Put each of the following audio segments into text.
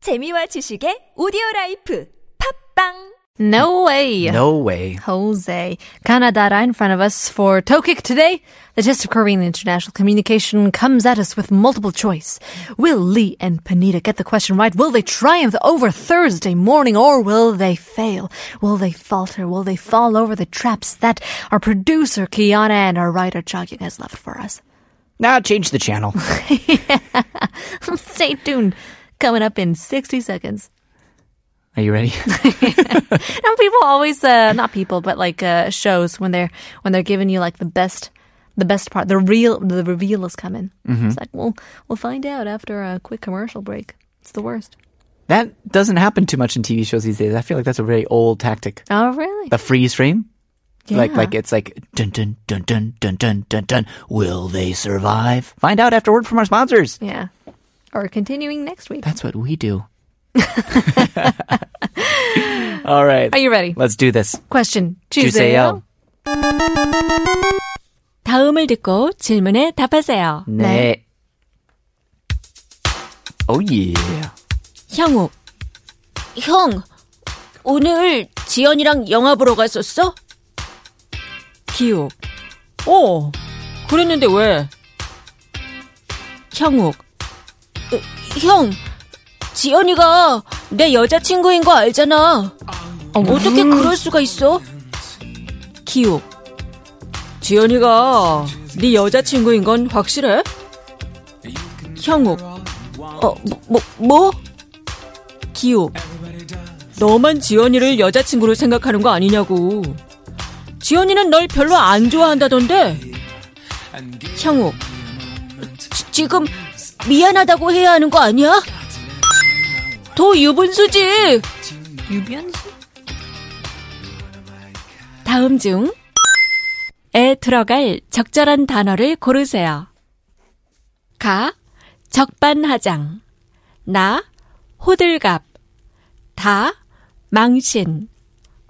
재미와 지식의 오디오 라이프 팝빵 No way. No way. Jose. Canadara in front of us for Tokik today. The test of Korean international communication comes at us with multiple choice. Will Lee and Panita get the question right? Will they triumph over Thursday morning or will they fail? Will they falter? Will they fall over the traps that our producer Kiana and our writer Chagyun has left for us? Now change the channel. Stay tuned. Coming up in 60 seconds. Are you ready? And people always, uh, not people, but like uh, shows when they're when they're giving you like the best, the best part, the real, the reveal is coming. Mm-hmm. It's like, well, we'll find out after a quick commercial break. It's the worst. that doesn't happen too much in TV shows these days. I feel like that's a very old tactic. Oh, really? The freeze frame. Like Yeah. like it's like dun dun dun dun dun dun dun dun. Will they survive? Find out afterward from our sponsors. Yeah. Or continuing next week. That's what we do. All right. Are you ready? Let's do this. Question. 주세요. 다음을 듣고 질문에 답하세요. 네. Oh yeah. 형우. 형, 오늘 지연이랑 영화 보러 갔었어? 기우. 어, 그랬는데 왜? 형욱. 어, 형, 지연이가 내 여자친구인 거 알잖아. 어떻게 그럴 수가 있어? 기우. 지연이가 네 여자친구인 건 확실해? 형욱. 어, 뭐, 뭐? 기호. 너만 지연이를 여자친구로 생각하는 거 아니냐고. 지연이는 널 별로 안 좋아한다던데. 형욱. 지- 지금 미안하다고 해야 하는 거 아니야? 더 유분수지. 유변수. 다음 중에 들어갈 적절한 단어를 고르세요. 가, 적반하장. 나, 호들갑. 다, 망신.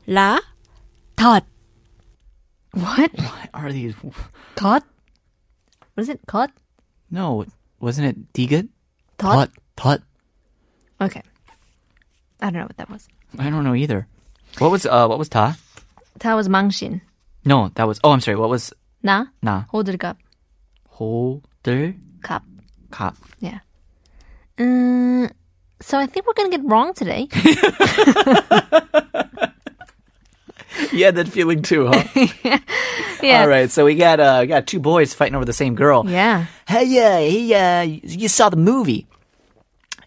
라, 덧. What? What are these? Caught? What is it? Caught? No, wasn't it Digut? Thought? Thought. Okay. I don't know what that was. I don't know either. What was uh what was Ta? That was 망신. No, that was oh I'm sorry, what was 나 나 호들갑 호들 갑. 갑. Yeah. Uh, so I think we're gonna get wrong today. Yeah, that feeling too, huh? yeah. All right, so we got uh we got two boys fighting over the same girl. Yeah. Hey yeah, he uh you- you saw the movie.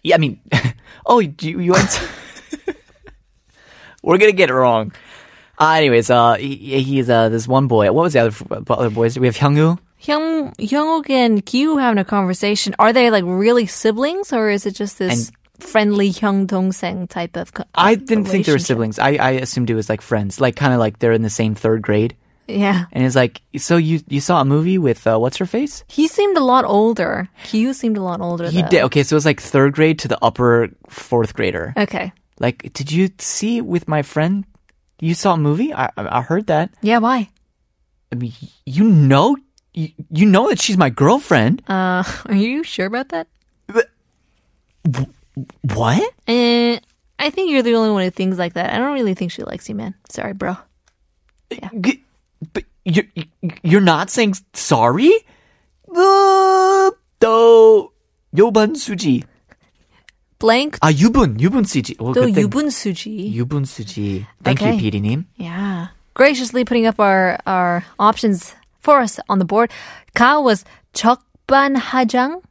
Yeah, I mean oh you you went We're gonna get it wrong. Uh, anyways, uh he, he's uh this one boy. What was the other f- other boys? We have Hyungwoo. Hyung Hyungwook and Kyu having a conversation. Are they like really siblings, or is it just this friendly Hyung Dong Seng type of? Co- I didn't think they relationship? were siblings. I, I assumed it was like friends, like kind of like they're in the same third grade. Yeah. And it's like, so you you saw a movie with uh, what's her face? He seemed a lot older. Kyu seemed a lot older. He though. did. Okay, so it's like third grade to the upper fourth grader. Okay. Like, did you see with my friend? You saw a movie? I I I heard that. Yeah. Why? I mean, you know, you, you know that she's my girlfriend. Uh, are you sure about that? What? Uh, I think you're the only one who thinks like that. I don't really think she likes you, man. Sorry, bro. G- But you're you're not saying sorry? Uh, though, Yoban Suji. Ah, Blank. 아 유분 유분 쓰지. 어, Go 그때 Yubun Suji. 유분 쓰지. Thank you, Okay. PD님. Yeah. Graciously putting up our, our options for us on the board. Ka was 적반하장.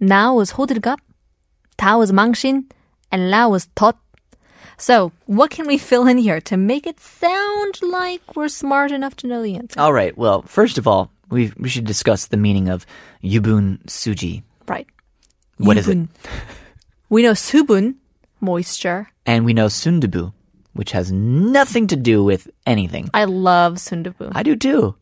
Na was 호들갑. Ta was 망신. And La was tot. So, what can we fill in here to make it sound like we're smart enough to know the answer? All right. Well, first of all, we we should discuss the meaning of yubun suji. Right. What is it? We know 수분, moisture. And we know sundubu, which has nothing to do with anything. I love sundubu. I do too.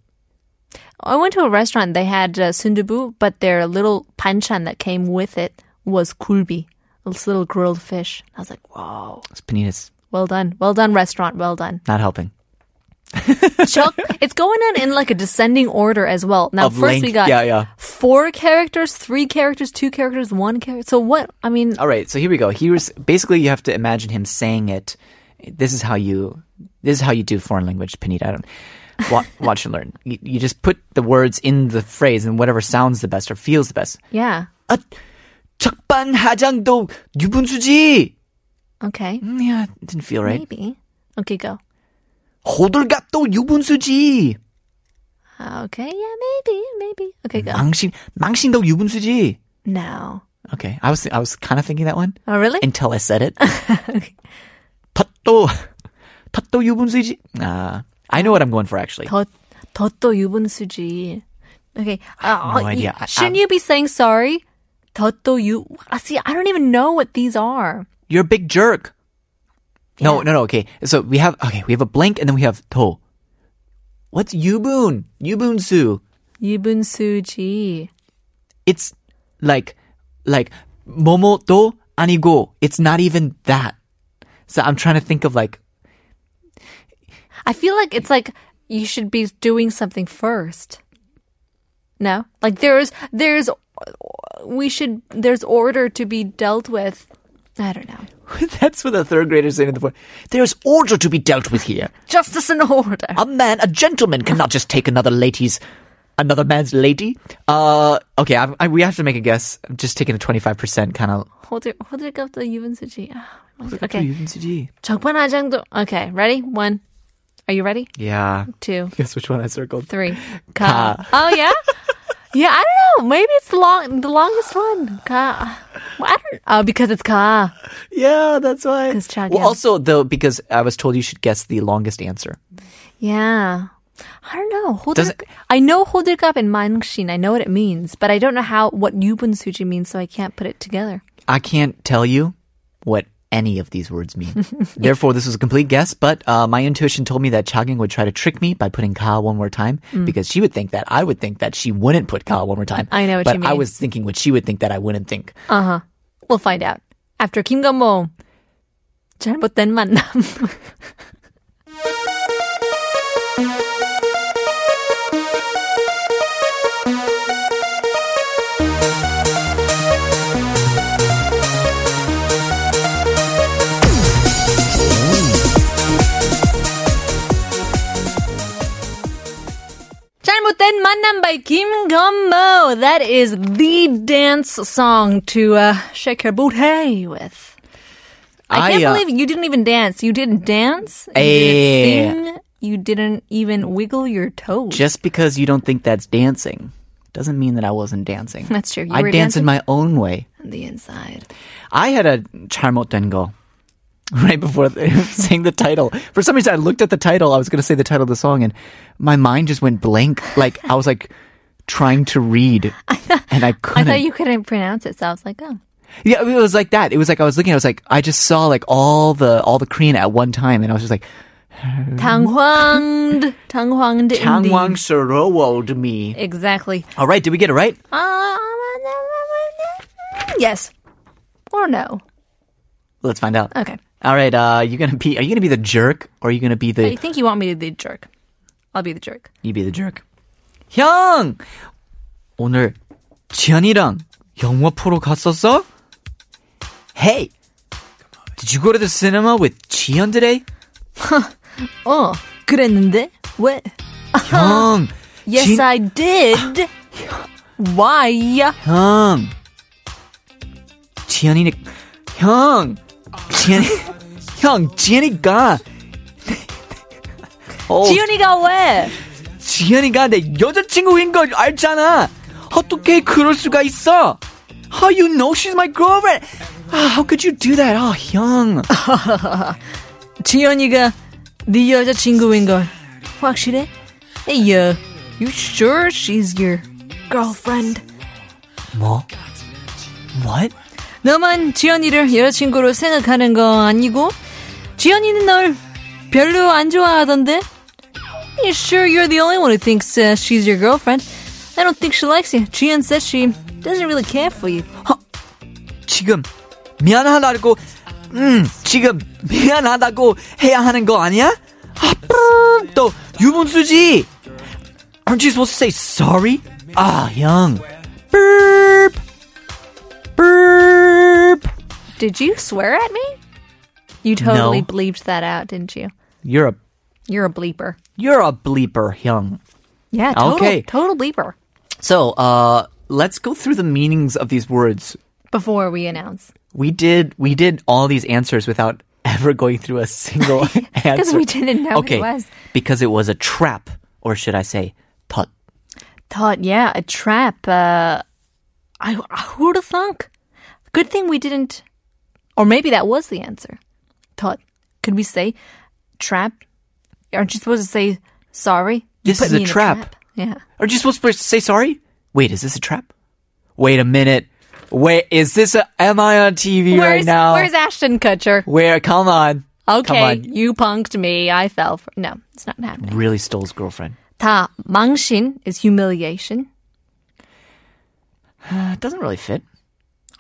I went to a restaurant. They had uh, sundubu, but their little panchan that came with it was kulbi, this little grilled fish. I was like, wow, It's panitas well done, well done, restaurant, well done. not helping. Chuck. It's going in in like a descending order as well. Now, Of first length. we got Yeah, yeah. four characters, three characters, two characters, one character. So what? I mean, All right, so here we go. Here's basically you have to imagine him saying it. This is how you this is how you do foreign language, Panita. I don't watch, watch and learn. You, you just put the words in the phrase, and whatever sounds the best or feels the best. yeah. 아, 적반하장도 유분수지. Okay. Mm, Yeah, it didn't feel right. Maybe. Okay, go. 호들갑도 유분수지. Okay, yeah, maybe, maybe. Okay, go. 망신 망신도 유분수지. No. Okay, I was I was kind of thinking that one Oh, really? until I said it. 탓도 탓도 유분수지. Ah, I know what I'm going for actually. 더, 더또 유분수지. Okay. Uh, no uh, idea. Um, you- I- shouldn't I'm- you be saying sorry? 더또 유. I see. I don't even know what these are. You're a big jerk. No, no, no. Okay, so we have okay, we have a blank, and then we have to. What's yubun? Yubunsu. 유분수지. It's like like momoto anigo. It's not even that. So I'm trying to think of like I feel like it's like you should be doing something first. No, like there's there's we should there's order to be dealt with. I don't know. that's what the third graders say to the fourth. There's order to be dealt with here. Justice and order. A man, a gentleman, cannot just take another lady's, another man's lady. Uh, okay, I, I, we have to make a guess. I'm just taking a 25% kind of. Hold it, hold it up to 유분수지. Ah, Okay. Okay. 정판화장도. Okay, ready? One. Are you ready? Yeah. Two, Guess which one I circled. three. Ka. Oh yeah, yeah. I don't know. Maybe it's the long, the longest one. Ka. Well, I don't. Oh, because it's ka. Yeah, that's why. 'Cause Chag, well, yeah. also though, because I was told you should guess the longest answer. Yeah. I don't know. Hold Does it- I know holdurgap and mangshin. I know what it means, but I don't know how what yubunsuji means, so I can't put it together. I can't tell you what any of these words mean. Therefore, this was a complete guess, but uh, my intuition told me that Chagang would try to trick me by putting ka one more time because she would think that I would think that she wouldn't put ka one more time. Mm. I know what but you I mean. was thinking what she would think that I wouldn't think. We'll find out after Kim Gambo. 잘못된 만남. 잘못된 만남 by Kim Gumbo. That is the dance song to uh, shake your booty with. I can't I, uh, believe you didn't even dance. You didn't dance. You Eh. didn't sing. You didn't even wiggle your toes. Just because you don't think that's dancing doesn't mean that I wasn't dancing. That's true. You I were dance dancing? in my own way. on the inside. I had a 잘못된 거 right before saying the title. For some reason, I looked at the title. I was going to say the title of the song, and my mind just went blank. Like I was like trying to read, and I I couldn't. thought you couldn't pronounce it, so I was like, oh. yeah, I mean, it was like that. It was like I was looking. I was like, I just saw like all the all the Korean at one time, and I was just like, 당황d. 당황d. indeed. "Tangwang Sorowold me." Exactly. All right, did we get it right? Uh, yes. Or no. Let's find out. Okay. All right, uh, you gonna be? Are you gonna be the jerk, or are you gonna be I the? think you want me to be the jerk. I'll be the jerk. You be the jerk. 형! 오늘 지안이랑 영화 프로 갔었어? Hey! Did you go to the cinema with 지연 today? 어, 그랬는데 왜? 형! Yes, 진- I did. Why? 형! 지연이네, 형! 지연이, 형, 지연이가! 어, 지윤이가 왜? 지연이가 내 여자친구인 걸 알잖아. 어떻게 그럴 수가 있어? How you know she's my girlfriend? Ah, how could you do that? 아, 형. 지윤이가 네 여자친구인 걸 확실해? Hey, uh, you sure she's your girlfriend? 뭐? What? 너만 지연이를 여자친구로 생각하는 거 아니고 지연이는 널 별로 안 좋아하던데. You sure you're the only one who thinks uh, she's your girlfriend? I don't think she likes you. Jian says she doesn't really care for you. 지금 미안하다고 음, 지금 미안하다고 해야 하는 거 아니야? 아, 또 유분수지. Aren't you supposed to say sorry? 아, 형. Burp. Burp. Did you swear at me? You totally No. bleeped that out, didn't you? You're a You're a bleeper. you're a bleeper, 형. Yeah, total, Okay. total bleeper. So, uh, let's go through the meanings of these words. Before we announce, We did we did all these answers without ever going through a single answer because we didn't know okay, it was because it was a trap, or should I say, tut. thought. Yeah, a trap. Uh, I who'd have thunk? Good thing we didn't, or maybe that was the answer. Thought. Could we say trap? Aren't you supposed to say sorry? You This put is me a in trap. Yeah. Are you supposed to say sorry? Wait, is this a trap? Wait a minute. Wait, is this a, am I on TV Where's, right now? where's Ashton Kutcher? Where? Come on. Come Okay, on. you punked me. I fell. For, no, it's not happening. Really stole his girlfriend. 다 망신 is humiliation. That Uh, doesn't really fit.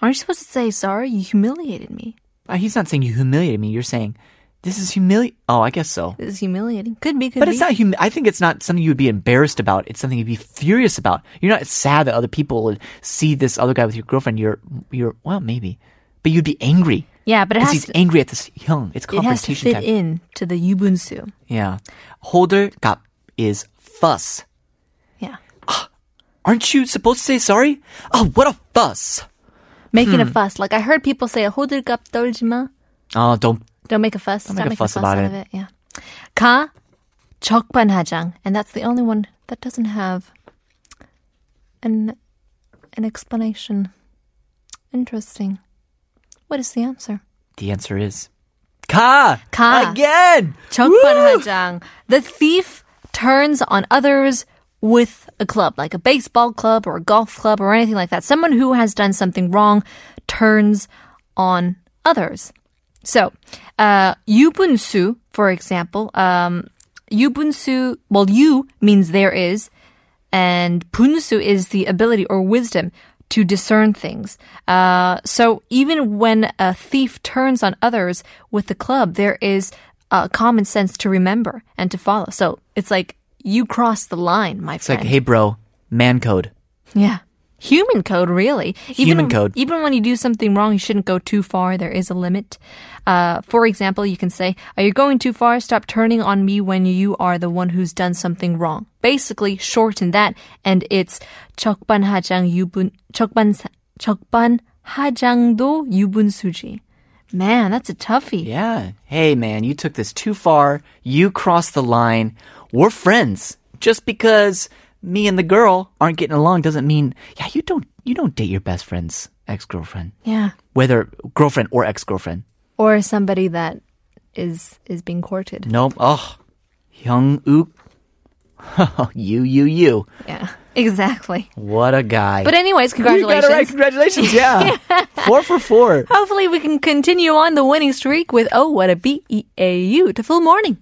Aren't you supposed to say sorry? You humiliated me. Uh, He's not saying you humiliated me. You're saying this is humili. Oh, I guess so. This is humiliating. Could be. Could But be. it's not. Hum- I think it's not something you would be embarrassed about. It's something you'd be furious about. You're not sad that other people would see this other guy with your girlfriend. You're. You're. Well, maybe. But you'd be angry. yeah, but it Because has he's to. angry at this young. It's It has to confrontation fit type. in to the yubunsu. Yeah. Holder gap is fuss. Yeah, Aren't you supposed to say sorry? Oh, what a fuss. making a Hmm. fuss. Like I heard people say, "호들갑 떨지 마." Oh, don't. Don't make a fuss. Don't make a making fuss about out it. of it. Yeah. 가 적반하장, and that's the only one that doesn't have an an explanation. Interesting. What is the answer? The answer is ka. 가. Again. 적반하장. The thief turns on others with a club, like a baseball club or a golf club or anything like that. Someone who has done something wrong turns on others. So, uh, 유분수, for example, um, 유분수, well, 유 means there is, and 분수 is the ability or wisdom to discern things. Uh, so even when a thief turns on others with the club, there is uh, common sense to remember and to follow. So it's like you crossed the line, my It's friend. like, hey, bro, man code. yeah. Human code, really. Human code. Even when you do something wrong, you shouldn't go too far. There is a limit. Uh, for example, you can say, Are you going too far? Stop turning on me when you are the one who's done something wrong. Basically, shorten that, and it's 적반하장 유분, 적반, 적반하장도 유분수지. Man, that's a toughie. Yeah. Hey, man, you took this too far. You crossed the line. We're friends. Just because me and the girl aren't getting along doesn't mean yeah you don't you don't date your best friend's ex girlfriend yeah. whether girlfriend or ex girlfriend. Or somebody that is is being courted. Nope. Oh, Hyung Uk. you, you, you. Yeah, exactly. What a guy. But anyways, You got congratulations. it right. Congratulations. Yeah. four for four. Hopefully, we can continue on the winning streak with Oh What a B E A U to full morning.